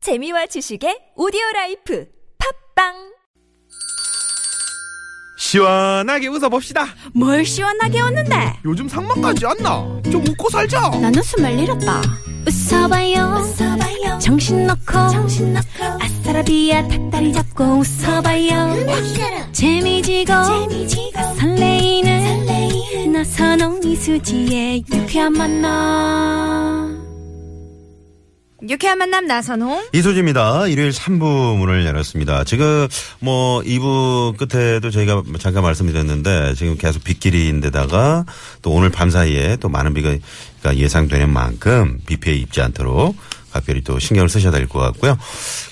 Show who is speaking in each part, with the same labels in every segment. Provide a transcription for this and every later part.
Speaker 1: 재미와 지식의 오디오 라이프 팝빵
Speaker 2: 시원하게 웃어봅시다.
Speaker 3: 뭘 시원하게 웃는데
Speaker 2: 요즘 상만까지 안 나. 좀 웃고 살자.
Speaker 3: 난 웃음을 잃었다 웃어봐요, 정신 놓고 아싸라비아 닭다리 잡고 웃어봐요 재미지고, 설레이는, 나선홍 이수지의 유쾌한 만남 유쾌한 만남 나선홍
Speaker 4: 이수지입니다. 일요일 3부 문을 열었습니다. 지금 뭐 2부 끝에도 저희가 잠깐 말씀드렸는데 지금 계속 빗길인데다가 또 오늘 밤 사이에 또 많은 비가 예상되는 만큼 비 피해 입지 않도록 각별히 또 신경을 쓰셔야 될 것 같고요.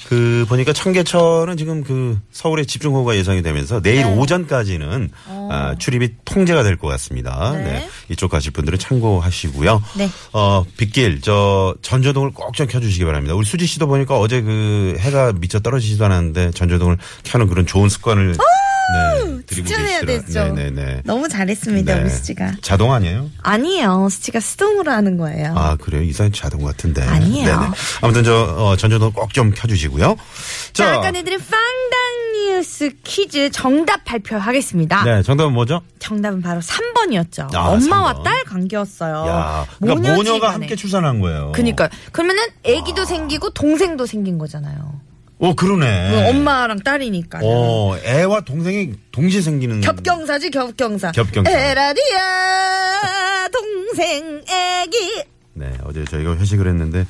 Speaker 4: 그 보니까 청계천은 지금 그 서울에 집중호우가 예상이 되면서
Speaker 5: 네.
Speaker 4: 내일 오전까지는
Speaker 5: 어.
Speaker 4: 아, 출입이 통제가 될 것 같습니다. 네. 이쪽 가실 분들은 참고하시고요.
Speaker 5: 네.
Speaker 4: 어, 빗길 저 전조등을 꼭 좀 켜주시기 바랍니다. 우리 수지 씨도 보니까 어제 그 해가 미쳐 떨어지지도 않았는데 전조등을 켜는 그런 좋은 습관을 네, 드리고
Speaker 5: 추천해야 되죠.
Speaker 4: 네네네.
Speaker 5: 너무 잘했습니다,
Speaker 4: 네.
Speaker 5: 우리 수지가.
Speaker 4: 자동 아니에요?
Speaker 5: 아니에요. 수지가 수동으로 하는 거예요.
Speaker 4: 아 그래요? 이상이 자동 같은데.
Speaker 5: 어.
Speaker 4: 네,
Speaker 5: 아니에요.
Speaker 4: 아무튼 저 어, 전조등 꼭 좀 켜주시고요.
Speaker 3: 자 아까 내드린 빵당 뉴스 퀴즈 정답
Speaker 5: 아.
Speaker 3: 발표하겠습니다
Speaker 4: 네, 정답은 뭐죠?
Speaker 5: 정답은 바로 3번이었죠.
Speaker 4: 아,
Speaker 5: 엄마와
Speaker 4: 3번.
Speaker 5: 딸 관계였어요.
Speaker 4: 야, 그러니까
Speaker 5: 모녀지간에.
Speaker 4: 모녀가 함께 어. 출산한 거예요.
Speaker 5: 그니까요. 그러면은 아기도 생기고 동생도 생긴 거잖아요.
Speaker 4: 어 그러네.
Speaker 5: 그 엄마랑 딸이니까요.
Speaker 4: 어, 애와 동생이 동시에 생기는.
Speaker 5: 겹경사지 겹경사.
Speaker 4: 겹경사.
Speaker 5: 에라디아 동생 애기.
Speaker 4: 네, 어제 저희가 회식을 했는데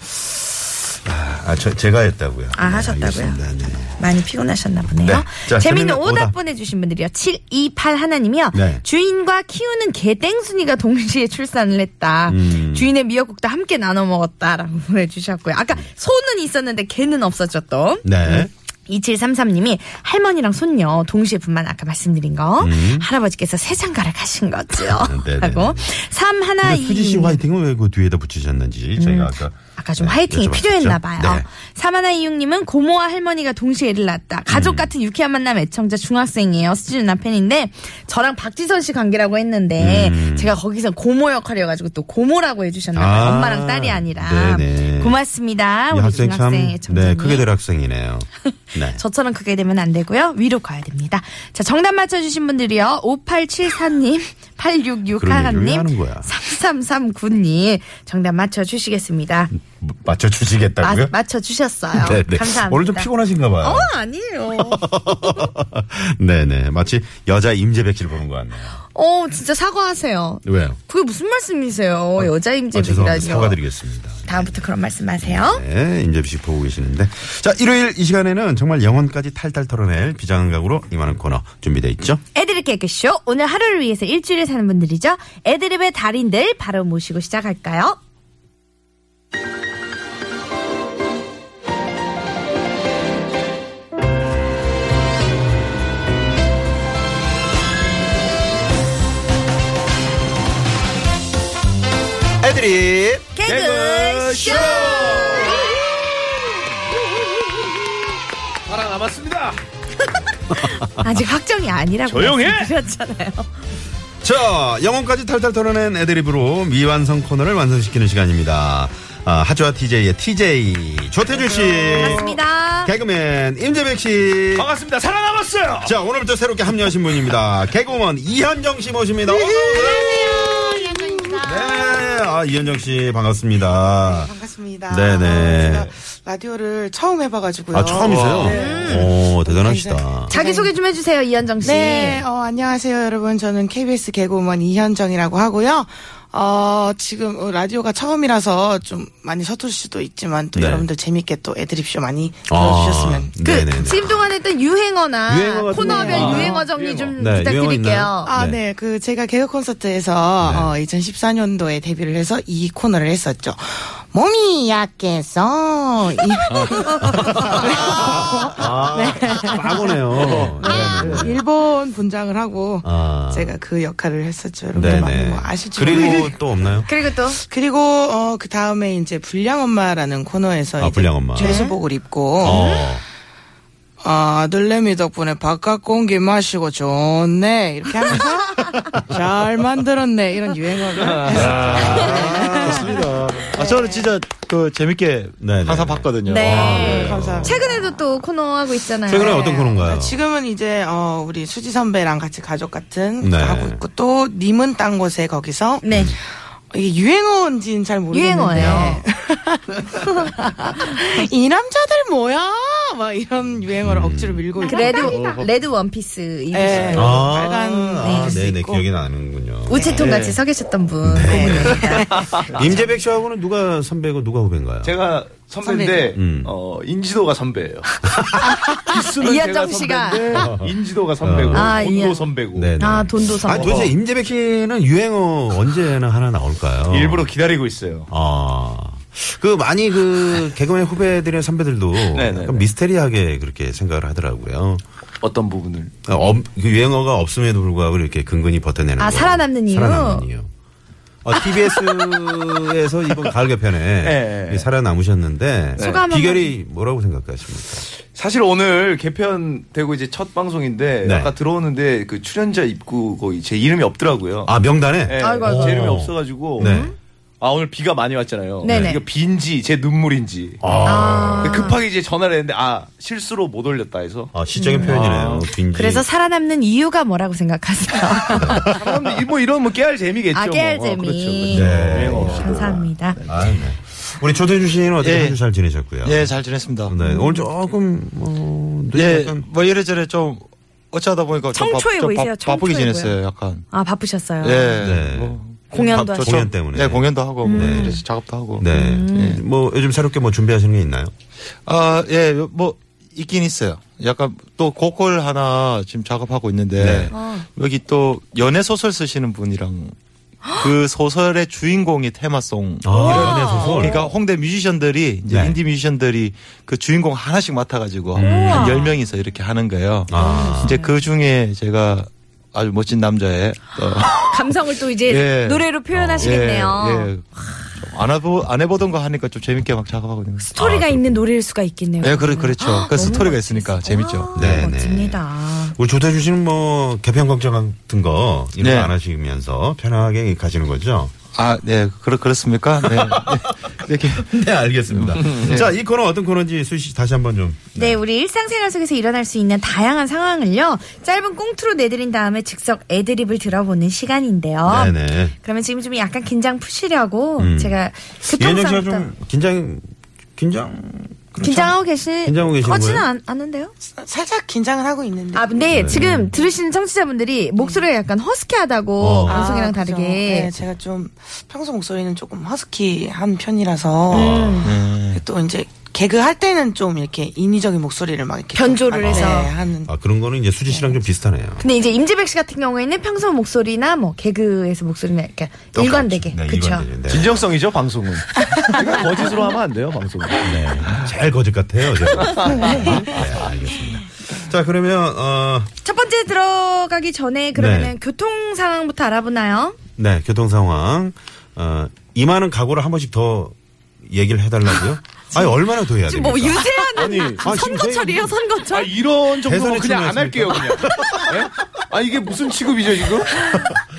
Speaker 4: 아, 아, 저, 제가 했다고요.
Speaker 5: 아,
Speaker 4: 네,
Speaker 5: 하셨다고요?
Speaker 4: 알겠습니다. 네.
Speaker 5: 많이 피곤하셨나 보네요.
Speaker 4: 네. 자,
Speaker 5: 재밌는
Speaker 4: 재밌는
Speaker 5: 오답,
Speaker 4: 오답.
Speaker 5: 보내주신 분들이요. 728 하나님이요.
Speaker 4: 네.
Speaker 5: 주인과 키우는 개땡순이가 동시에 출산을 했다.
Speaker 4: 음.
Speaker 5: 주인의 미역국도 함께 나눠 먹었다라고 보내주셨고요. 아까 소는 있었는데 개는 없었죠 또.
Speaker 4: 네.
Speaker 5: 2733님이 할머니랑 손녀 동시에 분만 아까 말씀드린 거 할아버지께서 세상가를 가신 거죠.
Speaker 4: 음. 네, 네,
Speaker 5: 하고
Speaker 4: 근데 수지 씨
Speaker 5: 312
Speaker 4: 화이팅은 왜 그 뒤에다 붙이셨는지 저희가 아까
Speaker 5: 음, 아까 좀
Speaker 4: 네,
Speaker 5: 화이팅이
Speaker 4: 여쭤봤었죠?
Speaker 5: 필요했나 봐요.
Speaker 4: 네.
Speaker 5: 사마나 이육님은 고모와 할머니가 동시에 애를 낳았다.
Speaker 4: 음.
Speaker 5: 가족 같은 유쾌한 만남 애청자 중학생이에요. 수지는 남편인데 저랑 박지선 씨 관계라고 했는데 제가 거기서 고모 역할이어가지고 또 고모라고 해주셨나
Speaker 4: 음.
Speaker 5: 봐요.
Speaker 4: 아,
Speaker 5: 엄마랑 딸이 아니라
Speaker 4: 네네.
Speaker 5: 고맙습니다.
Speaker 4: 이
Speaker 5: 아, 우리
Speaker 4: 학생 참,
Speaker 5: 중학생
Speaker 4: 네,
Speaker 5: 애청자님.
Speaker 4: 크게 될 학생이네요. 네.
Speaker 5: 저처럼 크게 되면 안 되고요. 위로 가야 됩니다. 자, 정답 맞춰주신 분들이요. 5874님,
Speaker 4: 그런 얘기를 왜 하는
Speaker 5: 8661님,
Speaker 4: 거야?
Speaker 5: 3339님. 정답 맞춰주시겠습니다.
Speaker 4: 맞춰주시겠다고요?
Speaker 5: 맞, 춰주셨어요
Speaker 4: 네, 네.
Speaker 5: 감사합니다.
Speaker 4: 오늘 좀 피곤하신가 봐요.
Speaker 5: 어, 아니에요.
Speaker 4: 네네. 마치 여자 임재백 씨를 보는 것 같네요.
Speaker 5: 어, 진짜 사과하세요.
Speaker 4: 왜요?
Speaker 5: 그게 무슨 말씀이세요? 여자
Speaker 4: 아,
Speaker 5: 임재비라죠.
Speaker 4: 죄송합니다. 사과드리겠습니다.
Speaker 5: 다음부터 그런 말씀하세요.
Speaker 4: 네, 임재백 씨 보고 계시는데. 자, 일요일 이 시간에는 정말 영혼까지 탈탈 털어낼 비장한각으로 임하는 코너 준비돼 있죠?
Speaker 5: 애드립 개그쇼. 오늘 하루를 위해서 일주일을 사는 분들이죠. 애드립의 달인들 바로 모시고 시작할까요?
Speaker 4: 애들이
Speaker 5: 개그쇼!
Speaker 2: 살아남았습니다.
Speaker 5: 아직 확정이 아니라고
Speaker 2: 조용해!
Speaker 5: 말씀드렸잖아요.
Speaker 4: 자, 영혼까지 탈탈 털어낸 애드립으로 미완성 코너를 완성시키는 시간입니다. 아, 하주와 TJ의 TJ 조태준 씨.
Speaker 5: 반갑습니다.
Speaker 4: 네. 개그맨 임재백 씨.
Speaker 2: 반갑습니다. 살아남았어요.
Speaker 4: 자, 오늘부터 새롭게 합류하신 분입니다. 개그우먼 이현정 씨
Speaker 5: 네,
Speaker 4: 모십니다. 어서 오세요. 네, 아, 이현정 씨 반갑습니다.
Speaker 6: 반갑습니다. 어,
Speaker 4: 네네.
Speaker 6: 제가 라디오를 처음 해봐가지고요.
Speaker 4: 아, 처음이세요?
Speaker 6: 네.
Speaker 4: 오, 대단하시다.
Speaker 6: 굉장히-
Speaker 5: 자기소개 좀 해주세요, 이현정 씨.
Speaker 6: 네,
Speaker 4: 예.
Speaker 6: 어, 안녕하세요, 여러분. 저는 KBS 개그우먼 이현정이라고 하고요. 어, 지금 어, 라디오가 처음이라서 좀 많이 서툴 수도 있지만 또
Speaker 4: 네.
Speaker 6: 여러분들 재밌게 또 애드립쇼 많이
Speaker 4: 아,
Speaker 6: 들어주셨으면.
Speaker 5: 그,
Speaker 4: 네네네.
Speaker 5: 지금 동안에 했던 유행어나
Speaker 4: 유행어 같은
Speaker 5: 코너별
Speaker 4: 거.
Speaker 5: 유행어
Speaker 2: 아,
Speaker 5: 정리 좀
Speaker 4: 네, 유행어 있나요?
Speaker 5: 부탁드릴게요.
Speaker 6: 아,
Speaker 4: 네.
Speaker 6: 네. 그, 제가 개그 콘서트에서,
Speaker 4: 네.
Speaker 6: 어, 2014년도에 데뷔를 해서 이 코너를 했었죠. 몸이 약해서. 이-
Speaker 4: 아, 과거네요.
Speaker 6: 아,
Speaker 4: 네네.
Speaker 6: 일본 분장을 하고
Speaker 4: 아.
Speaker 6: 제가 그 역할을 했었죠. 여러분들 많이
Speaker 4: 네네.
Speaker 6: 뭐 아시죠?
Speaker 4: 그리고 또 없나요?
Speaker 5: 그리고 또,
Speaker 6: 그리고 어, 그 다음에 이제 불량 엄마라는 코너에서
Speaker 4: 아,
Speaker 6: 이제 음.
Speaker 4: 불량 엄마.
Speaker 6: 죄수복을 입고
Speaker 4: 어.
Speaker 6: 아, 아들내미 덕분에 바깥 공기 마시고
Speaker 4: 네.
Speaker 6: 좋네 이렇게 하면서 잘 만들었네 이런 유행어를 했었죠.
Speaker 7: 맞습니다. 아, 저는 진짜 그 재밌게
Speaker 4: 네,
Speaker 7: 항상
Speaker 4: 네.
Speaker 7: 봤거든요.
Speaker 5: 네.
Speaker 7: 아,
Speaker 6: 감사합니다.
Speaker 5: 최근에도 또 코너 하고 있잖아요.
Speaker 4: 최근에 어떤 코너인가요?
Speaker 6: 지금은 이제 어, 우리 수지 선배랑 같이 가족 같은
Speaker 4: 네.
Speaker 6: 거 하고 있고 또 님은 딴 곳에 거기서
Speaker 5: 네.
Speaker 6: 이게 유행어인지는 잘 모르겠는데
Speaker 5: 유행어예요.
Speaker 6: 이 남자들 뭐야? 막 이런 유행어를 억지로 밀고 있고
Speaker 5: 그 레드
Speaker 7: 어,
Speaker 5: 레드 원피스 입으신
Speaker 6: 예.
Speaker 4: 아,
Speaker 6: 빨간
Speaker 4: 아,
Speaker 6: 옷을
Speaker 4: 네, 네,
Speaker 6: 입고. 네,
Speaker 4: 기억이 나는군요.
Speaker 5: 우체통 같이 서 계셨던 분.
Speaker 7: 네.
Speaker 5: 그분입니다.
Speaker 4: 임재백 씨하고는 누가 선배고 누가 후배인가요?
Speaker 7: 제가 선배인데
Speaker 4: 음.
Speaker 7: 어, 인지도가 선배예요. 기수는
Speaker 5: 이현정
Speaker 7: 제가
Speaker 5: 씨가.
Speaker 7: 선배인데 어, 인지도가 선배고
Speaker 5: 아, 이현-
Speaker 7: 온도 선배고
Speaker 4: 네, 네.
Speaker 5: 아 돈도 사.
Speaker 4: 아, 도대체 임재백 씨는 유행어 언제나 하나
Speaker 2: 어.
Speaker 4: 나올까요?
Speaker 7: 일부러 기다리고 있어요.
Speaker 4: 아. 그 많이 그 개그맨 후배들이나 선배들도
Speaker 7: 네, 네,
Speaker 4: 약간
Speaker 7: 네.
Speaker 4: 미스테리하게 그렇게 생각을 하더라고요.
Speaker 7: 어떤 부분을
Speaker 4: 어, 엄- 그 유행어가 없음에도 불구하고 이렇게 근근히 버텨내는 거.
Speaker 5: 아, 살아남는 이유?
Speaker 4: 살아남는 이유. 어, TBS에서 이번 가을 개편에
Speaker 7: 네, 네.
Speaker 4: 살아남으셨는데
Speaker 5: 소감 한번-
Speaker 4: 비결이 뭐라고 생각하십니까?
Speaker 7: 사실 오늘 개편되고 이제 첫 방송인데
Speaker 4: 네.
Speaker 7: 아까 들어오는데 그 출연자 입구 거기 제 이름이 없더라고요.
Speaker 4: 아 명단에
Speaker 7: 예,
Speaker 5: 아이고, 아이고.
Speaker 7: 제 이름이 없어가지고
Speaker 4: 네.
Speaker 5: 음?
Speaker 7: 아 오늘 비가 많이 왔잖아요.
Speaker 5: 네네.
Speaker 7: 이거 빈지 제 눈물인지
Speaker 5: 아.
Speaker 7: 급하게 이제 전화를 했는데 아 실수로 못 올렸다 해서
Speaker 4: 아, 시적인 표현이네요. 빈지.
Speaker 5: 음. 그래서 살아남는 이유가 뭐라고 생각하세요?
Speaker 7: 그럼 뭐 이런 뭐 깨알 재미겠죠.
Speaker 5: 아, 깨알
Speaker 7: 뭐. 그렇죠, 어,
Speaker 5: 재미.
Speaker 7: 그렇죠, 그렇죠.
Speaker 4: 네.
Speaker 7: 유행어 없이도.
Speaker 5: 감사합니다.
Speaker 4: 아, 네. 우리 조태준 씨는 어떻게
Speaker 7: 예.
Speaker 4: 한주 잘 지내셨고요.
Speaker 7: 예, 잘 지냈습니다.
Speaker 4: 네, 오늘 조금 뭐 눈이
Speaker 7: 예,
Speaker 4: 약간
Speaker 7: 뭐 이래저래 좀 어쩌다 보니까 좀
Speaker 5: 청초해
Speaker 7: 좀
Speaker 5: 보이세요?
Speaker 7: 바쁘게
Speaker 5: 청초해
Speaker 7: 지냈어요, 약간.
Speaker 5: 아 바쁘셨어요.
Speaker 7: 예.
Speaker 4: 네.
Speaker 7: 뭐
Speaker 5: 공연도
Speaker 7: 바-
Speaker 5: 하시고.
Speaker 7: 저처럼-
Speaker 4: 공연 때문에.
Speaker 7: 예, 공연도 하고 뭐
Speaker 4: 음.
Speaker 7: 이래서 작업도 하고.
Speaker 4: 네.
Speaker 5: 음.
Speaker 4: 뭐 요즘 새롭게 뭐 준비하시는 게 있나요?
Speaker 8: 아, 예, 뭐, 있긴 있어요. 약간 또 고콜 하나 지금 작업하고 있는데
Speaker 4: 네.
Speaker 5: 어.
Speaker 8: 여기 또 연애 소설 쓰시는 분이랑 그 소설의 주인공이 테마송.
Speaker 4: 아, 연애 소설.
Speaker 8: 그러니까 홍대 뮤지션들이 이제
Speaker 4: 네. 음.
Speaker 8: 인디 뮤지션들이 그 주인공 하나씩 맡아가지고 한 10명이서 이렇게 하는 거예요.
Speaker 4: 아.
Speaker 8: 이제 그 중에 제가 아주 멋진 남자의 또
Speaker 5: 감성을 또 이제
Speaker 8: 예.
Speaker 5: 노래로 표현하시겠네요.
Speaker 7: 어,
Speaker 8: 예, 예. 좀안 해보 안 해보던 거 하니까 좀 재밌게 막 작업하고 있는 거.
Speaker 5: 스토리가 있는 노래일 수가 있겠네요. 아,
Speaker 8: 예, 그래 그렇죠.
Speaker 5: 너무
Speaker 8: 그 스토리가 있으니까 재밌죠.
Speaker 5: 네,
Speaker 4: 네, 네.
Speaker 5: 멋집니다.
Speaker 4: 우리 조태준 씨는 뭐 개편 걱정 같은 거 이런
Speaker 8: 네.
Speaker 4: 거 안 하시면서 편하게 가시는 거죠?
Speaker 8: 아, 네, 그렇 그렇습니까? 네. 이렇게
Speaker 4: 네, 알겠습니다. 자, 이 코너 어떤 코너인지 수희 씨 다시 한번 좀.
Speaker 5: 네. 우리 일상생활 속에서 일어날 수 있는 다양한 상황을요. 짧은 꽁트로 내드린 다음에 즉석 애드립을 들어보는 시간인데요.
Speaker 4: 네네.
Speaker 5: 그러면 지금 좀 약간 긴장 푸시려고
Speaker 4: 음.
Speaker 5: 제가
Speaker 4: 이현정 씨가
Speaker 5: 교통상황
Speaker 4: 좀 긴장, 긴장. 그렇죠?
Speaker 5: 긴장하고 계시
Speaker 4: 긴장하고 계신
Speaker 5: 거지는
Speaker 4: 거예요?
Speaker 5: 않, 않는데요?
Speaker 6: 살짝 긴장을 하고 있는데
Speaker 5: 아, 근데 지금 들으시는 청취자분들이 목소리가 약간 허스키하다고
Speaker 4: 어.
Speaker 5: 방송이랑
Speaker 6: 아, 그죠.
Speaker 5: 다르게
Speaker 6: 네, 제가 좀 평소 목소리는 조금 허스키한 편이라서
Speaker 4: 음.
Speaker 6: 또 이제 개그 할 때는 좀 이렇게 인위적인 목소리를 막 이렇게
Speaker 5: 변조를
Speaker 6: 좀
Speaker 5: 해서.
Speaker 6: 네, 하는
Speaker 4: 아, 그런 거는 이제 수지 씨랑 좀 비슷하네요.
Speaker 5: 근데 이제 임지백 씨 같은 경우에는 평소 목소리나 뭐 개그에서 목소리나 이렇게 일관되게
Speaker 4: 네,
Speaker 5: 그렇죠.
Speaker 4: 일관되게. 네.
Speaker 7: 진정성이죠, 방송은. 이건 거짓으로 하면 안 돼요, 방송은.
Speaker 4: 네. 제일 거짓 같아요. 제가. 네, 알겠습니다. 자, 그러면, 어,
Speaker 5: 첫 번째 들어가기 전에 그러면은
Speaker 4: 네.
Speaker 5: 교통 상황부터 알아보나요?
Speaker 4: 네, 교통 상황. 어, 이만한 각오를 한 번씩 더 얘기를 해달라고요? 아니, 얼마나 더 해야 됩니까?
Speaker 5: 뭐 유세하는
Speaker 7: 아니,
Speaker 4: 아, 지금
Speaker 5: 선거철이에요
Speaker 7: 아,
Speaker 5: 선거철.
Speaker 7: 이런
Speaker 4: 대선에
Speaker 7: 정도면 그냥 안
Speaker 4: 출마했습니까?
Speaker 7: 할게요, 그냥. 예? 아, 이게 무슨 취급이죠, 지금?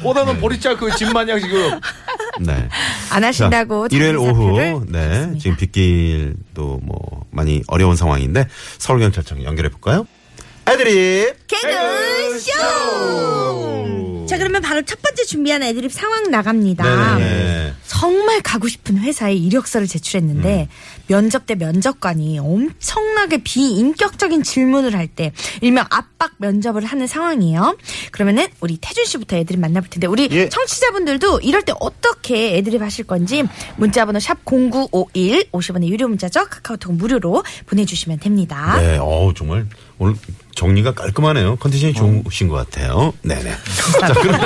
Speaker 7: 보다는 보리짝 그집 마냥 지금.
Speaker 4: 네.
Speaker 5: 안
Speaker 4: 자,
Speaker 5: 하신다고
Speaker 4: 일요일
Speaker 5: 자기 사표를
Speaker 4: 오후, 네. 지금 빗길도 뭐, 많이 어려운 상황인데, 서울경찰청 연결해볼까요? 애드립!
Speaker 5: 개그 쇼. 자 그러면 바로 첫 번째 준비한 애드립 상황 나갑니다.
Speaker 4: 네, 네네.
Speaker 5: 정말 가고 싶은 회사에 이력서를 제출했는데 면접 때 면접관이 엄청나게 비인격적인 질문을 할 때 일명 압박 면접을 하는 상황이에요. 그러면은 우리 태준 씨부터 애들이 만나볼 텐데 우리
Speaker 7: 예.
Speaker 5: 청취자분들도 이럴 때 어떻게 애들이 하실 건지 문자번호 샵 #0951 50원의 유료 문자죠. 카카오톡 무료로 보내주시면 됩니다.
Speaker 4: 네, 어우, 정말, 오늘 정리가 깔끔하네요. 컨디션이
Speaker 5: 어.
Speaker 4: 좋으신 것 같아요. 네네. 자, 그럼.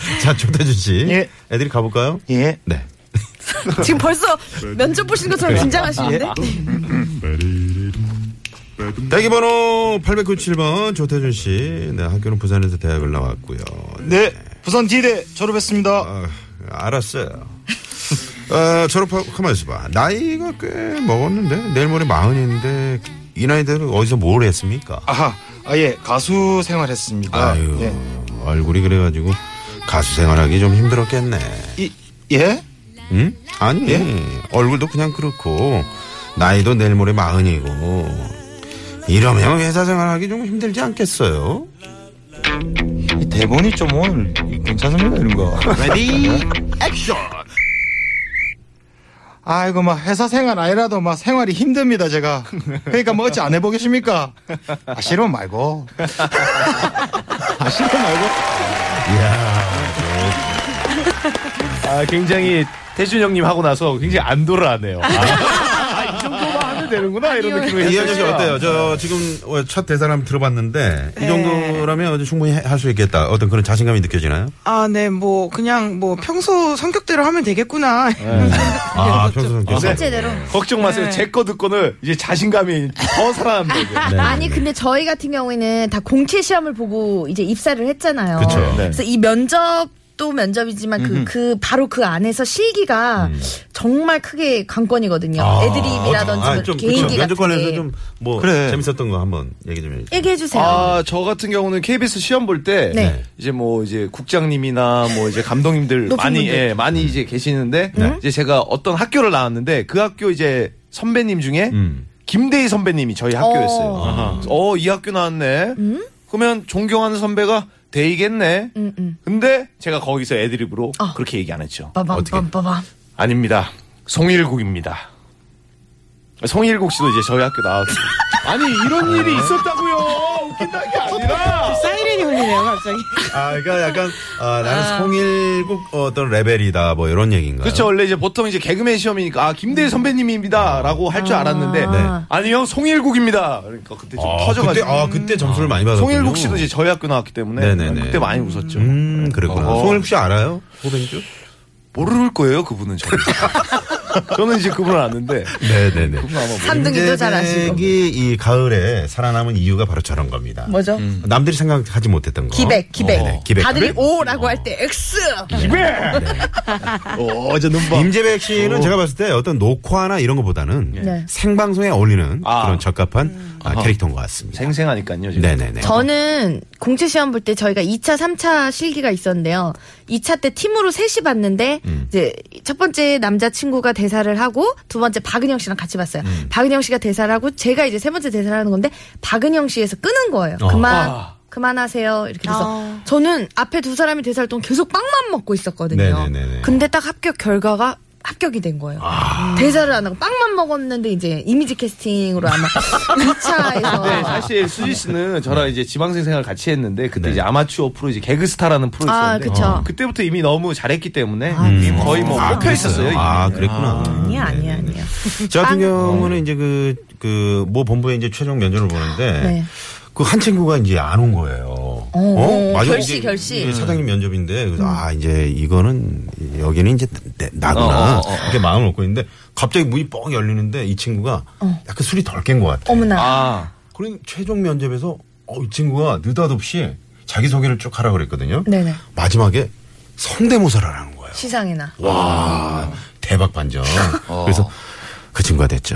Speaker 4: 자, 조태준 씨.
Speaker 8: 예.
Speaker 4: 애들이 가볼까요?
Speaker 8: 예.
Speaker 4: 네.
Speaker 5: 지금 벌써 면접 보시는 것처럼 긴장하시는데?
Speaker 4: 대기번호 897번 조태준 씨. 네, 학교는 부산에서 대학을 나왔고요.
Speaker 8: 네, 부산 디대 졸업했습니다.
Speaker 4: 아, 알았어요. 어, 졸업하고 가만 있어봐. 나이가 꽤 먹었는데 내일 모레 마흔인데 이 나이대로 어디서 뭘 했습니까?
Speaker 8: 아하, 아 예, 가수 생활했습니다.
Speaker 4: 아유
Speaker 8: 예.
Speaker 4: 얼굴이 그래가지고 가수 생활하기 좀 힘들었겠네.
Speaker 8: 이, 예?
Speaker 4: 응? 아니 얼굴도 그냥 그렇고 나이도 내일 모레 마흔이고 이러면 회사 생활하기 좀 힘들지 않겠어요?
Speaker 8: 이 대본이 좀 오늘 괜찮습니다 이런 거.
Speaker 4: 레디 액션
Speaker 8: 아이고 막 회사 생활 아니라도 막 생활이 힘듭니다 제가. 그러니까 뭐 어찌 안 해보겠습니까? 아 싫으면 말고. 아 싫으면 말고.
Speaker 7: 아, 굉장히 태준 형님 하고 나서 굉장히 안 돌아가네요. 아, 아, 이 정도만 하면 되는구나 이런 느낌이
Speaker 4: 그 이현정 씨 어때요?
Speaker 7: 네.
Speaker 4: 저 지금 어, 첫 대사를 한번 들어봤는데 이 정도라면 충분히 할 수 있겠다 어떤 그런 자신감이 느껴지나요?
Speaker 6: 아, 네, 뭐, 그냥, 뭐, 평소 성격대로 하면 되겠구나. 이런 생각-
Speaker 4: 아
Speaker 7: 그렇죠.
Speaker 4: 표정 네.
Speaker 5: 실제대로.
Speaker 7: 걱정 마세요.
Speaker 5: 네.
Speaker 7: 제 거 듣고는 이제 자신감이 더 살아납니다.
Speaker 4: 네.
Speaker 7: 이제.
Speaker 5: 아니 근데 저희 같은 경우에는 다 공채 시험을 보고 이제 입사를 했잖아요.
Speaker 4: 그쵸. 네.
Speaker 5: 래서이 면접도 면접이지만 그, 그 바로 그 안에서 실기가
Speaker 4: 음.
Speaker 5: 정말 크게 관건이거든요.
Speaker 7: 아,
Speaker 5: 애드립이라든지
Speaker 4: 아,
Speaker 5: 뭐
Speaker 4: 좀 그쵸.
Speaker 5: 개인기 같은
Speaker 4: 면접관에서
Speaker 5: 게.
Speaker 4: 좀 뭐
Speaker 8: 그래.
Speaker 4: 재밌었던 거 한번 얘기 좀 해주세요.
Speaker 5: 얘기해 주세요.
Speaker 7: 아, 저 같은 경우는 KBS 시험 볼 때
Speaker 5: 네.
Speaker 7: 이제 뭐 이제 국장님이나 뭐 이제 감독님들
Speaker 5: 높은
Speaker 7: 많이
Speaker 5: 분들. 음. 네.
Speaker 7: 예, 많이 이제 계시는데 이제 제가 어떤 학교를 나왔는데 그 학교 이제 선배님 중에
Speaker 4: 음.
Speaker 7: 김대희 선배님이 저희 학교였어요.
Speaker 5: 어. 음?
Speaker 7: 그래서 어, 이 학교 나왔네. 그러면 존경하는 선배가 대이겠네. 근데 제가 거기서 애드립으로
Speaker 5: 아.
Speaker 7: 그렇게 얘기 안 했죠.
Speaker 5: 음. 빠밤 빰 빠밤.
Speaker 7: 아닙니다. 송일국입니다. 송일국 씨도 이제 저희 학교 나왔어요. 아니 이런 일이 있었다고요. 웃긴다는 게 아니라.
Speaker 6: 사이렌이 울리네요, 갑자기.
Speaker 4: 아, 그러니까 약간 아, 나는 송일국 어떤 레벨이다 뭐 이런 얘기인가요?
Speaker 7: 그렇죠. 원래 이제 보통 이제 개그맨 시험이니까 아 김대희 선배님입니다라고 할 줄 알았는데
Speaker 4: 네.
Speaker 7: 아니요 송일국입니다. 그러니까 아. 그때 좀
Speaker 4: 아,
Speaker 7: 터져가지고 음.
Speaker 4: 그때, 아, 그때 점수를 많이 받았군요.
Speaker 7: 송일국 씨도 이제 저희 학교 나왔기 때문에
Speaker 4: 네네네.
Speaker 7: 그때 많이 웃었죠.
Speaker 4: 음, 그랬구나.
Speaker 7: 어.
Speaker 4: 송일국 씨 알아요? 호ben주?
Speaker 7: 모를 거예요 그분은 저는. 저는 이제 그분을 아는데
Speaker 4: 네네네.
Speaker 5: 삼등이도 잘 아시고.
Speaker 4: 이 가을에 살아남은 이유가 바로 저런 겁니다.
Speaker 5: 뭐죠?
Speaker 7: 음.
Speaker 4: 남들이 생각하지 못했던 거.
Speaker 5: 기백 기백.
Speaker 4: 음. 네, 기백.
Speaker 5: 다들이 오라고 할 때 X.
Speaker 7: 어저 눈봐.
Speaker 4: 네. 임재백 씨는 제가 봤을 때 어떤 녹화나 이런 것보다는
Speaker 5: 네.
Speaker 4: 생방송에 어울리는
Speaker 7: 아.
Speaker 4: 그런 적합한 아, 캐릭터인 것 같습니다.
Speaker 7: 생생하니까요 지금.
Speaker 4: 네네네.
Speaker 5: 저는 공채 시험 볼 때 저희가 2차, 3차 실기가 있었는데요. 2차 때 팀으로 셋이 봤는데
Speaker 4: 음.
Speaker 5: 이제 첫 번째 남자 친구가 대사를 하고 두 번째 박은영 씨랑 같이 봤어요.
Speaker 4: 음.
Speaker 5: 박은영 씨가 대사를 하고 제가 이제 세 번째 대사를 하는 건데 박은영 씨에서 끄는 거예요.
Speaker 4: 어.
Speaker 5: 그만
Speaker 7: 아.
Speaker 5: 그만하세요. 이렇게 해서 저는 앞에 두 사람이 대사를 동안 계속 빵만 먹고 있었거든요.
Speaker 4: 네네네네. 아.
Speaker 5: 근데 딱 합격 결과가 합격이 된 거예요. 대사를 안 하고 빵만 먹었는데 이제 이미지 캐스팅으로 아마 2차에서
Speaker 7: 네, 사실 수지 씨는 저랑 이제 지방생 생활 같이 했는데 그때 이제 아마추어 프로 이제 개그스타라는 프로
Speaker 5: 아,
Speaker 7: 있었는데
Speaker 5: 그쵸.
Speaker 7: 어. 그때부터 이미 너무 잘했기 때문에 거의 뭐 뽑혀 있었어요.
Speaker 4: 음. 아, 그랬구나.
Speaker 5: 아니야 아니야 아니야.
Speaker 4: 저 같은
Speaker 5: 빵.
Speaker 4: 경우는 이제 그, 그, 모 본부에 이제 최종 면접을 보는데,
Speaker 5: 네.
Speaker 4: 그 한 친구가 이제 안 온 거예요. 어,
Speaker 5: 어,
Speaker 4: 마지막
Speaker 5: 결시,
Speaker 4: 이제
Speaker 5: 결시. 음.
Speaker 4: 이게 사장님 면접인데, 그래서 아, 이제 이거는, 여기는 이제 내- 나구나. 이렇게 마음을 먹고 있는데, 갑자기 문이 뻥 열리는데, 이 친구가 약간 술이 덜 깬 것 같아.
Speaker 5: 어. 어머나.
Speaker 7: 아,
Speaker 4: 그런 최종 면접에서, 어, 이 친구가 느닷없이 자기소개를 쭉 하라고 그랬거든요.
Speaker 5: 네네.
Speaker 4: 마지막에 성대모사를 하는 거예요.
Speaker 5: 시상이나.
Speaker 4: 와 대박 반전. 그래서 그 친구가 됐죠.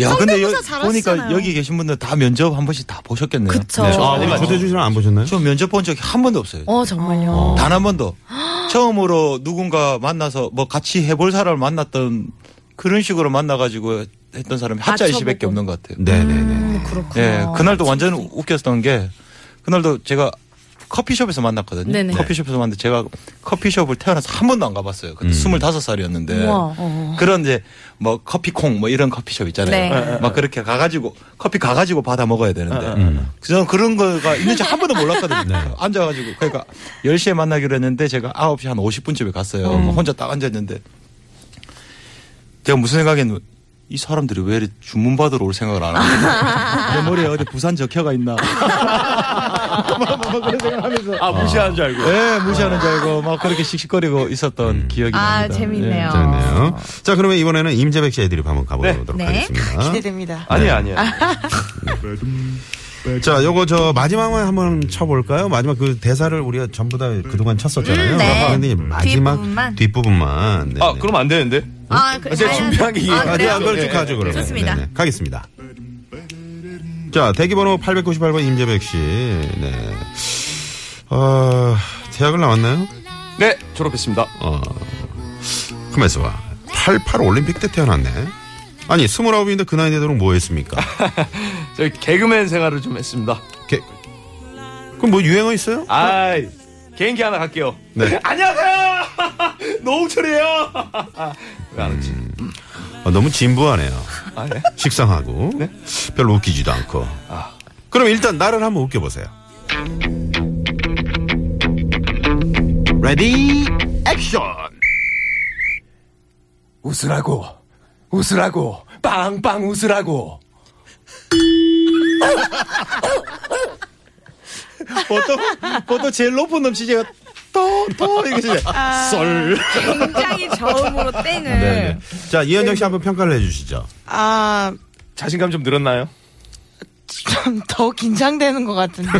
Speaker 8: 야 근데 여,
Speaker 5: 성대모사
Speaker 8: 보니까
Speaker 5: 잘하시잖아요.
Speaker 8: 여기 계신 분들 다 면접 한 번씩 다 보셨겠네요.
Speaker 5: 그쵸.
Speaker 4: 아, 우리 조대준 씨는 안 보셨나요?
Speaker 8: 저 면접 본 적이 한 번도 없어요.
Speaker 5: 어 정말요.
Speaker 8: 단 한 번도. 처음으로 누군가 만나서 뭐 같이 해볼 사람을 만났던 그런 식으로 만나가지고 했던 사람이 하자이 씨밖에 없는 것 같아요.
Speaker 7: 음.
Speaker 4: 네네네.
Speaker 5: 음, 그렇구나.
Speaker 8: 예, 그날도 완전 웃겼던 게 그날도 제가 커피숍에서 만났거든요.
Speaker 5: 네네.
Speaker 8: 커피숍에서 만났는데 제가 커피숍을 태어나서 한 번도 안 가봤어요. 그때 25살이었는데
Speaker 5: 우와.
Speaker 8: 그런 이제 뭐 커피콩 뭐 이런 커피숍
Speaker 5: 네.
Speaker 8: 있잖아요. 어, 막 그렇게 가가지고 커피 가가지고 받아 먹어야 음. 네. 되는데 저는 그런 거가 있는지 한 번도 몰랐거든요. 앉아가지고 그러니까 10시에 만나기로 했는데 제가 9시 한 50분쯤에 갔어요. 뭐 혼자 딱 앉았는데 제가 무슨 생각했냐면 이 사람들이 왜 이리 주문 받으러 올 생각을 안 하는지 내 머리에 어디 부산 적혀가 있나 막 그런 생각하면서
Speaker 7: 아 무시한 줄 알고.
Speaker 8: 예 무시하는 줄 알고 막 그렇게 씩씩거리고 있었던 기억이
Speaker 5: 아
Speaker 8: 납니다. 예.
Speaker 5: 재밌네요.
Speaker 4: 좋네요.
Speaker 7: 아.
Speaker 4: 자 그러면 이번에는 임재백 씨 애드립 한번 가보도록
Speaker 5: 네.
Speaker 4: 하겠습니다.
Speaker 6: 기대됩니다.
Speaker 7: 아니야 아니야.
Speaker 5: 네.
Speaker 4: 자 요거 저 마지막만 한번 쳐볼까요? 마지막 그 대사를 우리가 전부 다 그동안 쳤었잖아요.
Speaker 5: 음, 네.
Speaker 4: 그런데 이제 마지막
Speaker 5: 뒷부분만.
Speaker 4: 뒷부분만. 네네.
Speaker 7: 아 그럼 안 되는데.
Speaker 5: 아 그래.
Speaker 7: 제가 준비한 게 이게.
Speaker 5: 아,
Speaker 4: 아, 네,
Speaker 5: 그래요?
Speaker 4: 아, 그걸 쭉
Speaker 7: 네,
Speaker 4: 가죠, 그러면.
Speaker 5: 좋습니다.
Speaker 4: 네네. 가겠습니다. 자, 대기번호 898번 임재백 씨. 네. 어, 대학을 나왔나요?
Speaker 7: 네 졸업했습니다.
Speaker 4: 어. 가만있어봐. 88 올림픽 때 태어났네. 아니 29인데 그 나이 되도록 뭐 했습니까?
Speaker 7: 저 개그맨 생활을 좀 했습니다.
Speaker 4: 개- 그럼 뭐 유행어 있어요?
Speaker 7: 아 개인기 하나 갈게요.
Speaker 4: 네.
Speaker 7: 안녕하세요. 노홍철이에요. 왜 안 웃지?
Speaker 4: 어, 너무 진부하네요.
Speaker 7: 아, 네.
Speaker 4: 식상하고 별로 웃기지도 않고. 그럼 일단 나를 한번 웃겨보세요. 레디 액션.
Speaker 7: 웃으라고 웃으라고 빵빵 웃으라고
Speaker 8: 예. 보통 보통 제일 높은 놈 진짜 또또 이거 진짜 썰.
Speaker 5: 굉장히 저음으로 땡을.
Speaker 4: 네, 네네. 자 이현정 씨 한번 평가를 해주시죠.
Speaker 6: 아,
Speaker 7: 자신감 좀 늘었나요?
Speaker 6: 좀 더 긴장되는 것 같은데.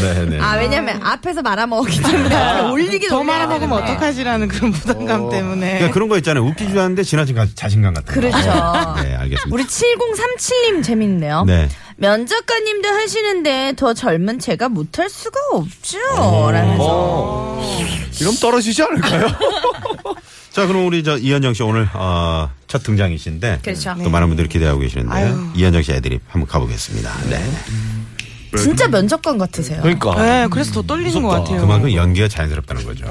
Speaker 4: 네네.
Speaker 5: 아 왜냐면 앞에서 말아먹기 네. 때문에 앞에 올리기
Speaker 6: 더 말아먹으면 어떡하지라는 그런 부담감 때문에.
Speaker 4: 그러니까 그런 거 있잖아요. 웃기지도 않은데 지나친 가- 자신감 같은 거.
Speaker 5: 네. 그렇죠. 어?
Speaker 4: 네, 알겠습니다.
Speaker 5: 우리 7037님 재밌네요.
Speaker 4: 네.
Speaker 5: 면접관님도 하시는데 더 젊은 제가 못할 수가 없죠.
Speaker 7: 어,
Speaker 5: 라면서.
Speaker 2: 어.
Speaker 7: 이러면 떨어지지 않을까요?
Speaker 4: 자, 그럼 우리 저 이현정 씨 오늘 어, 첫 등장이신데
Speaker 5: 그렇죠.
Speaker 4: 또 많은 분들이 기대하고 계시는데
Speaker 6: 아유.
Speaker 4: 이현정 씨 애드립 한번 가보겠습니다. 네.
Speaker 5: 진짜 면접관 같으세요.
Speaker 7: 그러니까
Speaker 6: 네, 그래서 더 떨리는 것 같아요.
Speaker 4: 아. 그만큼 연기가 자연스럽다는 거죠.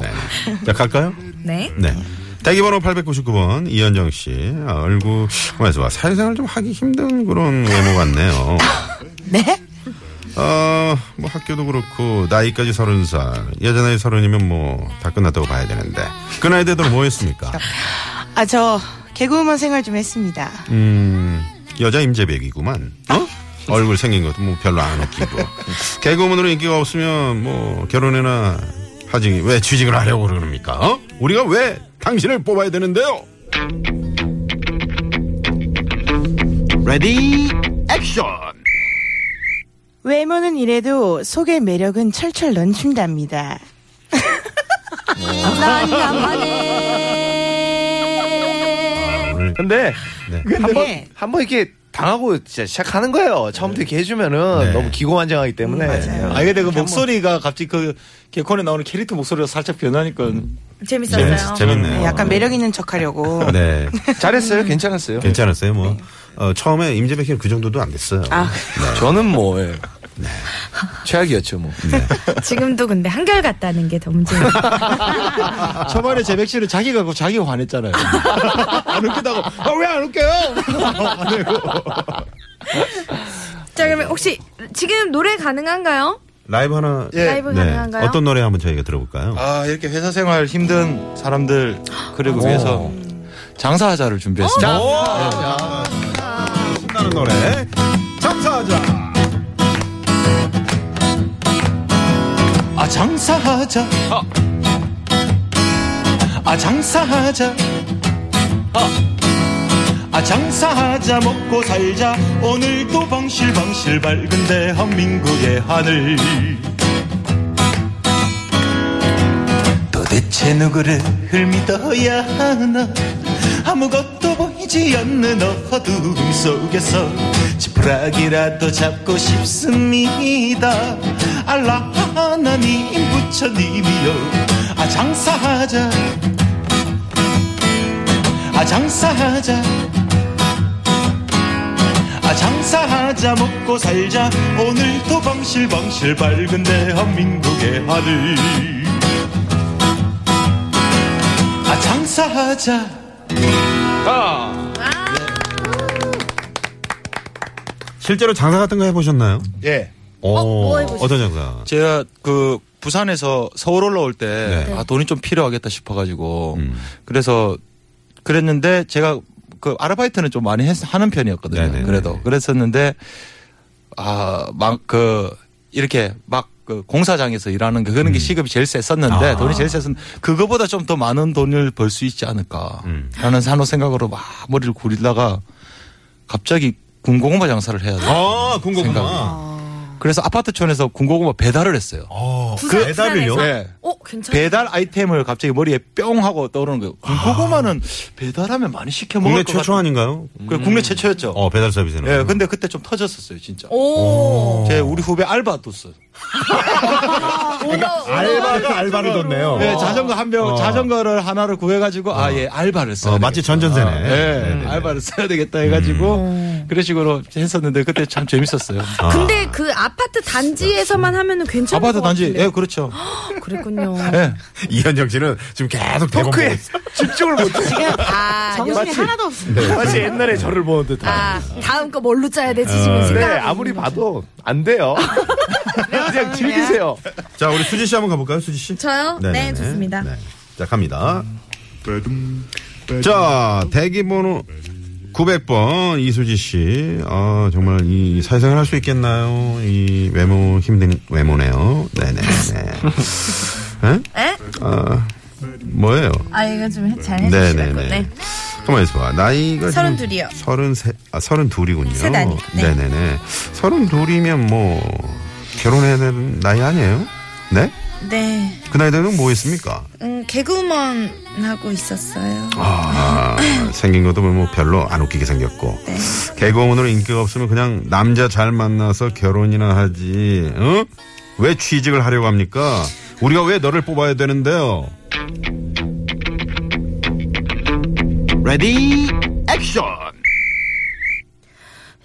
Speaker 4: 네. 자, 갈까요?
Speaker 5: 네.
Speaker 4: 네. 대기번호 899번 이현정 씨 아, 얼굴 그만해서 봐 사회생활 좀 하기 힘든 그런 외모 같네요.
Speaker 6: 네?
Speaker 4: 어뭐 학교도 그렇고 나이까지 서른 살 여자 나이 서른이면 뭐 다 끝났다고 봐야 되는데 그 나이 되도록 뭐 했습니까?
Speaker 6: 아, 저 개그우먼 생활 좀 했습니다.
Speaker 4: 음, 여자 임재백이구만. 어? 얼굴 생긴 것도 뭐 별로 안 웃기고. 개그우먼으로 인기가 없으면 뭐 결혼이나 하지 왜 취직을 하려고 그러니까? 어? 우리가 왜 당신을 뽑아야 되는데요? 레디 액션.
Speaker 6: 외모는 이래도 속의 매력은 철철 넘친답니다.
Speaker 5: 난 야만해.
Speaker 4: 오늘
Speaker 7: 근데
Speaker 4: 네.
Speaker 7: 한번
Speaker 6: 네.
Speaker 7: 한 번 이렇게 당하고 진짜 시작하는 거예요. 처음부터 이렇게 해주면은
Speaker 4: 네.
Speaker 7: 너무 기고만장하기
Speaker 5: 음,
Speaker 7: 때문에
Speaker 8: 아 근데 그 목소리가 갑자기 그 개콘에 나오는 캐릭터 목소리가 살짝 변하니까
Speaker 5: 재밌었어요. 음, 뭐.
Speaker 4: 재밌, 재밌네요.
Speaker 6: 약간 매력 있는 척 하려고.
Speaker 4: 네.
Speaker 7: 아, 잘했어요. 괜찮았어요.
Speaker 4: 괜찮았어요.
Speaker 5: 네.
Speaker 4: 뭐 어, 처음에 임재백이는 그 정도도 안 됐어요.
Speaker 5: 아.
Speaker 7: 저는 뭐 예. 최악이었죠 뭐.
Speaker 2: 음.
Speaker 5: 지금도 근데 한결 같다는 게 더 문제예요.
Speaker 8: 초반에 재백 씨는 자기가 그 자기가 화냈잖아요. 안 웃기다고 어, 왜 안 웃겨요?
Speaker 5: 자 그러면 혹시 지금 노래 가능한가요?
Speaker 4: 라이브 하나
Speaker 8: 예.
Speaker 5: 라이브 가능한가요?
Speaker 4: 네. 어떤 노래 한번 저희가 들어볼까요?
Speaker 8: 아 이렇게 회사 생활 힘든 사람들 그리고 위해서 장사하자를 준비했습니다.
Speaker 4: 신나는 노래 음. 장사하자
Speaker 8: 아 장사하자. 아 장사하자. 어. 아 장사하자 먹고 살자 오늘도 방실방실 밝은 대한민국의 하늘 도대체 누구를 믿어야 하나 아무것도 보이지 않는 어둠 속에서 지푸라기라도 잡고 싶습니다 알라 하나님 부처님이여 아 장사하자 아 장사하자 아 장사하자 먹고 살자 오늘도 방실방실 밝은 대한민국의 하늘 아 장사하자
Speaker 4: 실제로 장사 같은 거 해보셨나요?
Speaker 7: 네.
Speaker 8: 예
Speaker 4: 어,
Speaker 9: 뭐
Speaker 4: 어떤 장사?
Speaker 8: 제가 그 부산에서 서울 올라올 때
Speaker 4: 네.
Speaker 8: 아 돈이 좀 필요하겠다 싶어가지고
Speaker 4: 음.
Speaker 8: 그래서 그랬는데 제가 그 아르바이트는 좀 많이 했- 하는 편이었거든요.
Speaker 4: 네네네.
Speaker 8: 그래도 그랬었는데 아막 그 이렇게 막 그 공사장에서 일하는 거
Speaker 4: 음.
Speaker 8: 그런 게 시급이 제일 셌었는데
Speaker 4: 아.
Speaker 8: 돈이 제일 셌었는데 그거보다 좀 더 많은 돈을 벌 수 있지
Speaker 4: 음.
Speaker 8: 않을까라는 산호 생각으로 막 머리를 굴리다가 갑자기 군고구마 장사를 해야 돼.
Speaker 4: 아, 군고구마.
Speaker 8: 생각이. 그래서 아파트촌에서 군고구마 배달을 했어요.
Speaker 4: 어, 그 배달을요?
Speaker 8: 네.
Speaker 5: 어, 괜찮아.
Speaker 8: 배달 아이템을 갑자기 머리에 뿅 하고 떠오르는 거예요. 그럼 그거만은 배달하면 많이
Speaker 9: 뭐
Speaker 8: 시켜
Speaker 4: 국내
Speaker 8: 먹을 것
Speaker 4: 최초
Speaker 8: 같아요.
Speaker 4: 아닌가요?
Speaker 8: 그 국내 최초였죠.
Speaker 4: 어 배달 서비스는.
Speaker 9: 네,
Speaker 4: 어,
Speaker 8: 예, 근데 그때 좀 터졌었어요, 진짜.
Speaker 5: 오.
Speaker 8: 제 우리 후배 알바 뒀어요.
Speaker 5: 오더, 오더.
Speaker 4: 어.
Speaker 9: 알바가 알바를 뒀네요.
Speaker 8: 예, 자전거 한 병, 자전거를 하나를 구해가지고, 아, 예, 알바를 써야
Speaker 4: 어, 마치
Speaker 8: 되겠다.
Speaker 4: 전전세네. 음.
Speaker 8: 아, 예, 알바를 써야 되겠다 해가지고, 그런 식으로 했었는데, 그때 참 재밌었어요.
Speaker 4: 아.
Speaker 5: 근데 그 아파트 단지에서만 하면은 괜찮을
Speaker 8: 아파트
Speaker 5: 것
Speaker 8: 단지,
Speaker 5: 같은데.
Speaker 8: 예, 그렇죠.
Speaker 5: 그랬군요. 아,
Speaker 8: 예.
Speaker 9: 이현정 씨는 지금 계속 대본 보고
Speaker 2: 토크에 집중을 못해.
Speaker 5: 아,
Speaker 6: 정신이
Speaker 5: 요새-
Speaker 6: 하나도 없습니다.
Speaker 7: 네.
Speaker 2: 마치 옛날에 저를 보는 듯한.
Speaker 5: 아, 다음 거 뭘로 짜야 되지 지금
Speaker 2: 네,
Speaker 5: 생각.
Speaker 2: 아무리 봐도 안 돼요.
Speaker 5: 아,
Speaker 2: 그냥 즐기세요.
Speaker 4: 자 우리 수지 씨 한번 가볼까요, 수지 씨?
Speaker 5: 저요? 네,
Speaker 4: 네네네.
Speaker 5: 좋습니다.
Speaker 4: 네. 자 갑니다. 자 대기 번호 900번 이수지 씨. 아 정말 이 사회생활 할 수 있겠나요? 이 외모 힘든 외모네요. 네네네. 에?
Speaker 5: 에?
Speaker 4: 아 뭐예요?
Speaker 5: 아, 이거 좀 잘 해주시라고.
Speaker 4: 네네네.
Speaker 5: 네.
Speaker 4: 가만 있어봐. 나이가
Speaker 5: 서른 둘이요.
Speaker 4: 서른 세, 아 서른 둘이군요.
Speaker 5: 세 단이요. 네.
Speaker 4: 네네 서른 둘이면 뭐 결혼해야 되는 나이 아니에요? 네?
Speaker 5: 네.
Speaker 4: 그 나이 되면 뭐 했습니까?
Speaker 5: 음, 개그우먼 하고 있었어요.
Speaker 4: 아, 생긴 것도 뭐 별로 안 웃기게 생겼고.
Speaker 5: 네.
Speaker 4: 개그우먼으로 인기가 없으면 그냥 남자 잘 만나서 결혼이나 하지. 응? 왜 취직을 하려고 합니까? 우리가 왜 너를 뽑아야 되는데요? 레디 액션.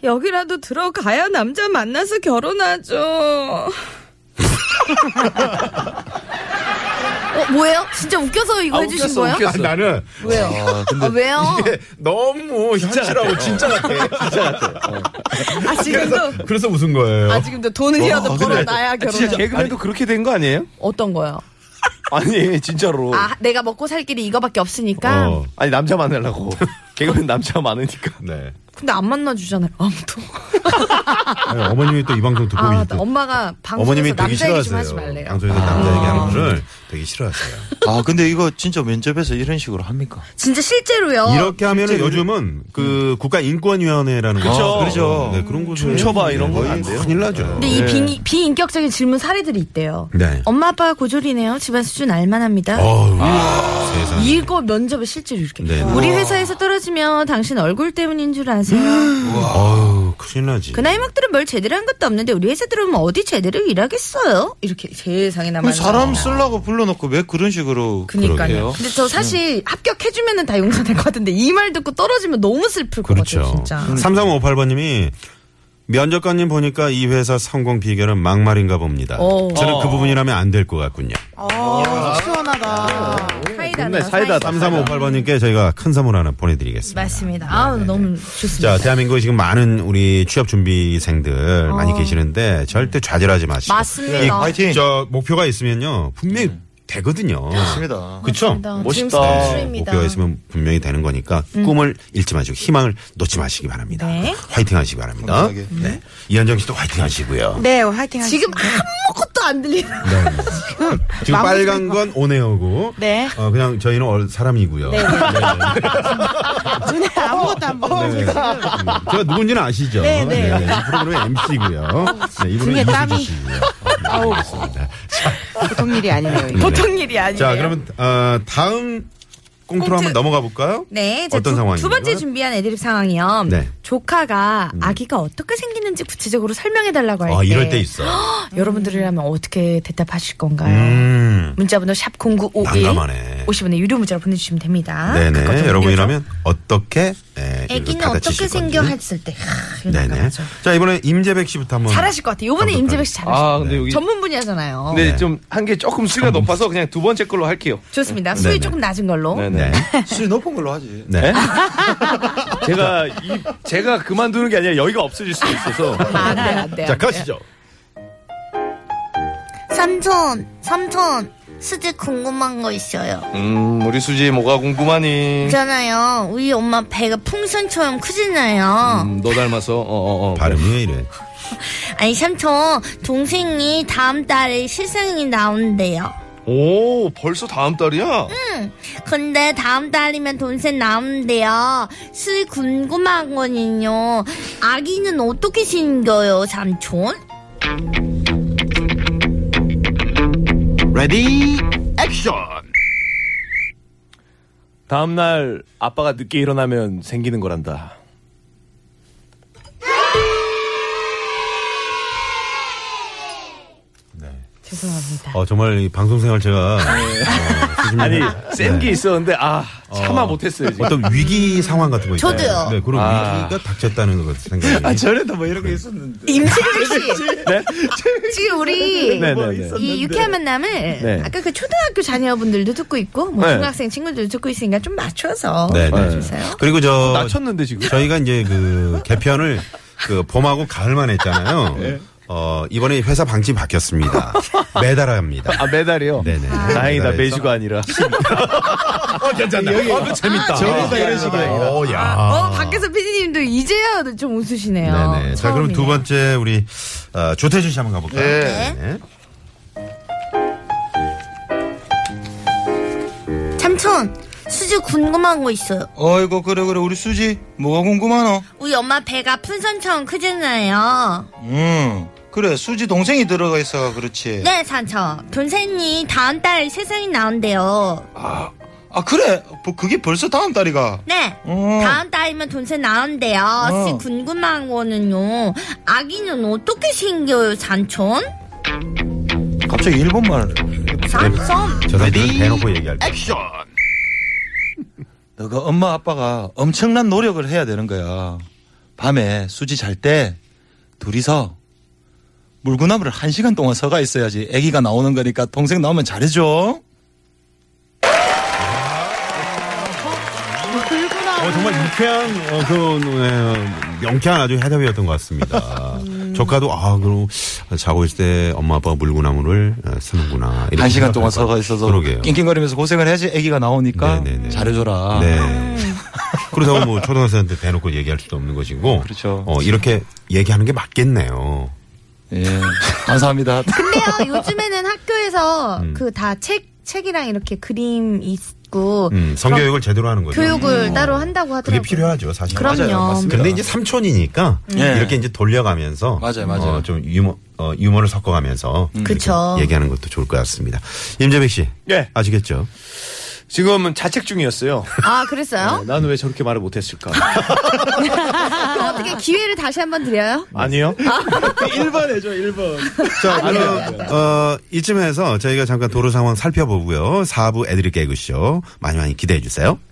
Speaker 5: 여기라도 들어가야 남자 만나서 결혼하죠. 어, 어, 뭐예요? 진짜 웃겨서 이거 해주신 거예요?
Speaker 9: 아, 나는
Speaker 5: 왜요? 아, 왜요?
Speaker 9: 이게 너무 현실하고 진짜 같아. 진짜 같아.
Speaker 5: 아, 지금도,
Speaker 4: 그래서 웃은 거예요.
Speaker 5: 아, 지금도 돈이라도
Speaker 4: 아,
Speaker 5: 벌어놔야
Speaker 2: 아, 진짜
Speaker 5: 결혼해.
Speaker 2: 개그맨도 그렇게 된 거 아니에요?
Speaker 5: 어떤 거요?
Speaker 2: 아니 진짜로.
Speaker 5: 아, 내가 먹고 살 길이 이거밖에 없으니까.
Speaker 4: 어,
Speaker 2: 아니 남자 만나려고. 개그맨 남자 많으니까.
Speaker 4: 네.
Speaker 5: 근데 안 만나주잖아요, 아무도.
Speaker 4: 아니, 어머님이 또그뭐 이 방송 듣고
Speaker 5: 아,
Speaker 4: 계실
Speaker 5: 나
Speaker 4: 때
Speaker 5: 엄마가 방송에서
Speaker 4: 어머님이 되게
Speaker 5: 남자 얘기 좀 하지
Speaker 4: 싫어하세요.
Speaker 5: 말래요. 아.
Speaker 4: 방송에서 남자 얘기하는 거를 되게 싫어하세요.
Speaker 8: 아, 근데 이거 진짜 면접에서 이런 식으로 합니까?
Speaker 5: 진짜 어, 실제로요.
Speaker 4: 이렇게 하면은 요즘은 그 국가인권위원회라는 거.
Speaker 2: 그쵸.
Speaker 8: 그렇죠.
Speaker 4: 네, 그런 곳에.
Speaker 2: 춤춰봐 이런
Speaker 4: 거의
Speaker 2: 건안 돼요.
Speaker 4: 큰일 나죠.
Speaker 5: 근데 이 비, 비인격적인 질문 사례들이 있대요.
Speaker 4: 네.
Speaker 5: 엄마 아빠가 고졸이네요. 집안 수준 알만합니다.
Speaker 4: 어우, 아, 세상에.
Speaker 5: 이거 면접에 실제로 이렇게.
Speaker 4: 네, 네.
Speaker 5: 우리 회사에서 떨어지면 당신 얼굴 때문인 줄 아세요.
Speaker 4: 음. 어우, 큰일 나지.
Speaker 5: 그 나이 먹들은 뭘 제대로 한 것도 없는데 우리 회사 들어오면 어디 제대로 일하겠어요? 이렇게 세상에
Speaker 8: 그
Speaker 5: 나만.
Speaker 8: 사람 쓰려고 불러놓고 왜 그런 식으로.
Speaker 5: 그니까요.
Speaker 8: 그러게요.
Speaker 5: 근데 저 사실 합격해주면은 다 용서될 것 같은데 이 말 듣고 떨어지면 너무 슬플 것 같아요,
Speaker 4: 그렇죠.
Speaker 5: 진짜.
Speaker 4: 3358번님이 면접관님 보니까 이 회사 성공 비결은 막말인가 봅니다.
Speaker 5: 어.
Speaker 4: 저는 그 부분이라면 안 될 것 같군요.
Speaker 6: 어, 시원하다.
Speaker 5: 사이다.
Speaker 2: 좋네, 사이다.
Speaker 4: 3358번님께 저희가 큰 선물 하나 보내드리겠습니다.
Speaker 5: 맞습니다. 아우 너무
Speaker 4: 자,
Speaker 5: 좋습니다.
Speaker 4: 대한민국에 지금 많은 우리 취업 준비생들 많이 계시는데 절대 좌절하지 마시고.
Speaker 5: 맞습니다.
Speaker 8: 아, 화이팅!
Speaker 4: 저 목표가 있으면요. 분명히
Speaker 8: 음.
Speaker 4: 되거든요.
Speaker 8: 맞습니다.
Speaker 4: 그쵸?
Speaker 2: 멋있다.
Speaker 4: 네, 목표가 있으면 분명히 되는 거니까
Speaker 6: 음.
Speaker 4: 꿈을 잃지 마시고 희망을 놓지 마시기 바랍니다.
Speaker 5: 네.
Speaker 4: 화이팅 하시기 바랍니다. 네. 이현정 씨도 화이팅 하시고요.
Speaker 6: 네, 화이팅 하시죠.
Speaker 5: 지금 아무것도 안 들리는.
Speaker 4: 지금
Speaker 6: 마무리
Speaker 4: 빨간 건 오네오고.
Speaker 6: 네.
Speaker 4: 어, 그냥 저희는 얼- 사람이고요. 네.
Speaker 6: 눈에 아무것도 안 보여.
Speaker 4: 네. 제가 누군지는 아시죠?
Speaker 6: 네, 네.
Speaker 4: 이 프로그램의 MC고요. 네, 이분은
Speaker 6: 등에 땀이.
Speaker 4: 이수지 씨고요. 네, 알겠습니다.
Speaker 6: 보통 일이 아니네요. 이게.
Speaker 5: 보통 일이 아니에요.
Speaker 4: 자, 그러면 어, 다음 꽁트로
Speaker 5: 꽁트.
Speaker 4: 한번 넘어가 볼까요?
Speaker 5: 네, 자,
Speaker 4: 어떤
Speaker 5: 두,
Speaker 4: 상황이에요?
Speaker 5: 두 번째 준비한 애드립 상황이요.
Speaker 4: 네.
Speaker 5: 조카가 아기가 어떻게 생기는지 구체적으로 설명해달라고 할
Speaker 4: 어,
Speaker 5: 때,
Speaker 6: 네.
Speaker 4: 이럴 때 있어.
Speaker 5: 여러분들이라면 어떻게 대답하실 건가요?
Speaker 4: 음.
Speaker 5: 문자번호 샵 #0951
Speaker 4: 난감하네.
Speaker 5: 50원의 유료 문자로 보내주시면 됩니다. 아, 그것
Speaker 4: 네네.
Speaker 5: 좀
Speaker 4: 여러분이라면 어떻게 에, 일로
Speaker 5: 아기는
Speaker 4: 받아치실
Speaker 5: 어떻게
Speaker 4: 건지.
Speaker 5: 생겨 했을 때 하, 이거
Speaker 4: 네네.
Speaker 5: 나가죠.
Speaker 4: 자 이번에 임재백 씨부터 한번
Speaker 5: 잘하실 것 같아요. 이번에
Speaker 4: 감독님.
Speaker 5: 임재백 씨 잘하실 것
Speaker 2: 아 근데 여기
Speaker 5: 같아요. 전문 분야잖아요.
Speaker 4: 네.
Speaker 2: 근데 좀 한 게 조금 수위가 높아서 그냥 두 번째 걸로 할게요.
Speaker 5: 좋습니다. 수위
Speaker 4: 네네.
Speaker 5: 조금 낮은 걸로.
Speaker 2: 어?
Speaker 4: 네.
Speaker 8: 수위 높은 걸로 하지.
Speaker 4: 네.
Speaker 2: 네? 제가 이 제가 그만두는 게 아니라 여기가 없어질 수도 있어서
Speaker 5: 안 돼요, 안 돼요.
Speaker 4: 자 가시죠.
Speaker 10: 삼촌, 삼촌, 수지 궁금한 거 있어요.
Speaker 2: 음 우리 수지 뭐가 궁금하니?
Speaker 10: 있잖아요. 어, 우리 엄마 배가 풍선처럼 크잖아요.
Speaker 2: 음, 너 닮아서 어어어
Speaker 4: 발음이 왜
Speaker 5: 네.
Speaker 4: 이래?
Speaker 10: 아니, 삼촌, 동생이 다음 달에 시상이 나온대요.
Speaker 2: 오 벌써 다음 달이야?
Speaker 10: 근데 다음 달이면 동생 나온대요. 수지 궁금한 거는요. 아기는 어떻게 생겨요, 삼촌?
Speaker 11: 레디 액션
Speaker 2: 다음날 아빠가 늦게 일어나면 생기는 거란다.
Speaker 5: 죄송합니다.
Speaker 4: 어, 정말 이 방송 생활 제가 어,
Speaker 5: 네.
Speaker 2: 아니 센 게 있었는데 아 참아
Speaker 4: 어,
Speaker 2: 못했어요. 지금.
Speaker 4: 어떤 위기 상황 같은 거 있잖아요.
Speaker 10: 저도요.
Speaker 4: 네, 그런
Speaker 2: 아.
Speaker 4: 위기가 닥쳤다는 것 생각이.
Speaker 8: 아, 전에도 뭐 이런 게 있었는데.
Speaker 5: 임슬기 씨
Speaker 2: 네?
Speaker 5: 지금 우리
Speaker 2: 네,
Speaker 8: 뭐
Speaker 2: 네, 네.
Speaker 8: 있었는데.
Speaker 5: 이 유쾌한 만남을
Speaker 2: 네.
Speaker 5: 아까 그 초등학교 자녀분들도 듣고 있고 뭐
Speaker 2: 네.
Speaker 5: 중학생 친구들도 듣고 있으니까 좀 맞춰서
Speaker 4: 네, 네.
Speaker 5: 주세요.
Speaker 4: 그리고 저
Speaker 2: 낮췄는데 어, 지금.
Speaker 4: 저희가 이제 그 개편을 그 봄하고 가을만 했잖아요.
Speaker 2: 네.
Speaker 4: 어, 이번에 회사 방침이 바뀌었습니다. 매달 합니다.
Speaker 2: 아 메달이요.
Speaker 4: 네네.
Speaker 2: 다행이다
Speaker 4: 매달에서.
Speaker 2: 매주가 아니라.
Speaker 9: 어, 괜찮다. 어, 그
Speaker 4: 아,
Speaker 9: 재밌다.
Speaker 2: 저기다 이런 식으로.
Speaker 4: 어, 야.
Speaker 5: 어
Speaker 8: 아.
Speaker 5: 밖에서 피디님도 이제야 좀 웃으시네요.
Speaker 4: 네네. 자, 그럼 두
Speaker 5: 처음이네요.
Speaker 4: 번째 우리 어, 조태준 씨 한번 가볼까요?
Speaker 10: 네.
Speaker 4: 네.
Speaker 10: 삼촌, 수지 궁금한 거 있어요.
Speaker 8: 어이구, 그래, 그래. 우리 수지, 뭐가 궁금하노?
Speaker 10: 우리 엄마 배가 풍선처럼 크잖아요.
Speaker 8: 음, 그래. 수지 동생이 들어가 있어가 그렇지.
Speaker 10: 네, 삼촌. 동생이 다음 달 세상이 나온대요.
Speaker 8: 아, 그래. 뭐 그게 벌써 다음 달이가.
Speaker 10: 네.
Speaker 8: 어.
Speaker 10: 다음 달이면 동생 나온대요. 씨 궁금한 거는요. 아기는 어떻게 생겨요, 삼촌?
Speaker 8: 갑자기 일본말.
Speaker 10: 삼촌.
Speaker 4: 저
Speaker 8: 네.
Speaker 4: 사람들은 대놓고 얘기할게요.
Speaker 11: 액션
Speaker 8: 너가 엄마 아빠가 엄청난 노력을 해야 되는 거야. 밤에 수지 잘 때 둘이서 물구나무를 한 시간 동안 서가 있어야지 아기가 나오는 거니까 동생 나오면 잘해줘.
Speaker 4: 어, 정말 유쾌한, 어, 그런, 예, 명쾌한 아주 해답이었던 것 같습니다. 조카도, 아, 그럼, 자고 있을 때 엄마 아빠가 물구나무를 어, 쓰는구나. 이렇게
Speaker 8: 한 시간
Speaker 4: 생각할
Speaker 8: 동안 서가
Speaker 4: 것
Speaker 8: 있어서
Speaker 4: 그러게요.
Speaker 8: 낑낑거리면서 아. 고생을 해야지 아기가 나오니까
Speaker 4: 네네네.
Speaker 8: 잘해줘라.
Speaker 4: 네. 그렇다고 뭐 초등학생한테 대놓고 얘기할 수도 없는 것이고.
Speaker 8: 그렇죠.
Speaker 4: 어, 이렇게 얘기하는 게 맞겠네요.
Speaker 8: 예. 감사합니다.
Speaker 5: 근데요 요즘에는 학교에서 그 다 책 책이랑 이렇게 그림 있고
Speaker 4: 음, 성교육을 제대로 하는 거죠.
Speaker 5: 교육을
Speaker 4: 어.
Speaker 5: 따로 한다고
Speaker 4: 그게
Speaker 5: 하더라고요.
Speaker 4: 필요하죠, 사실.
Speaker 5: 그럼요.
Speaker 8: 맞아요, 맞습니다.
Speaker 4: 근데 이제 삼촌이니까
Speaker 8: 예.
Speaker 4: 이렇게 이제 돌려가면서
Speaker 8: 맞아요, 음. 맞아요.
Speaker 4: 어, 좀 유머 어, 유머를 섞어가면서 이렇게
Speaker 5: 그쵸.
Speaker 4: 얘기하는 것도 좋을 것 같습니다. 임재백 씨,
Speaker 2: 예.
Speaker 4: 아시겠죠?
Speaker 2: 지금은 자책 중이었어요.
Speaker 5: 아 그랬어요?
Speaker 2: 나는 왜 저렇게 말을 못했을까?
Speaker 5: 그럼 어떻게 기회를 다시 한번 드려요?
Speaker 2: 아니요.
Speaker 7: 1번 해줘, 1번.
Speaker 4: 자, 그럼 어, 이쯤에서 저희가 잠깐 도로 상황 살펴보고요. 4부 애드립 개그쇼 많이 많이 기대해 주세요.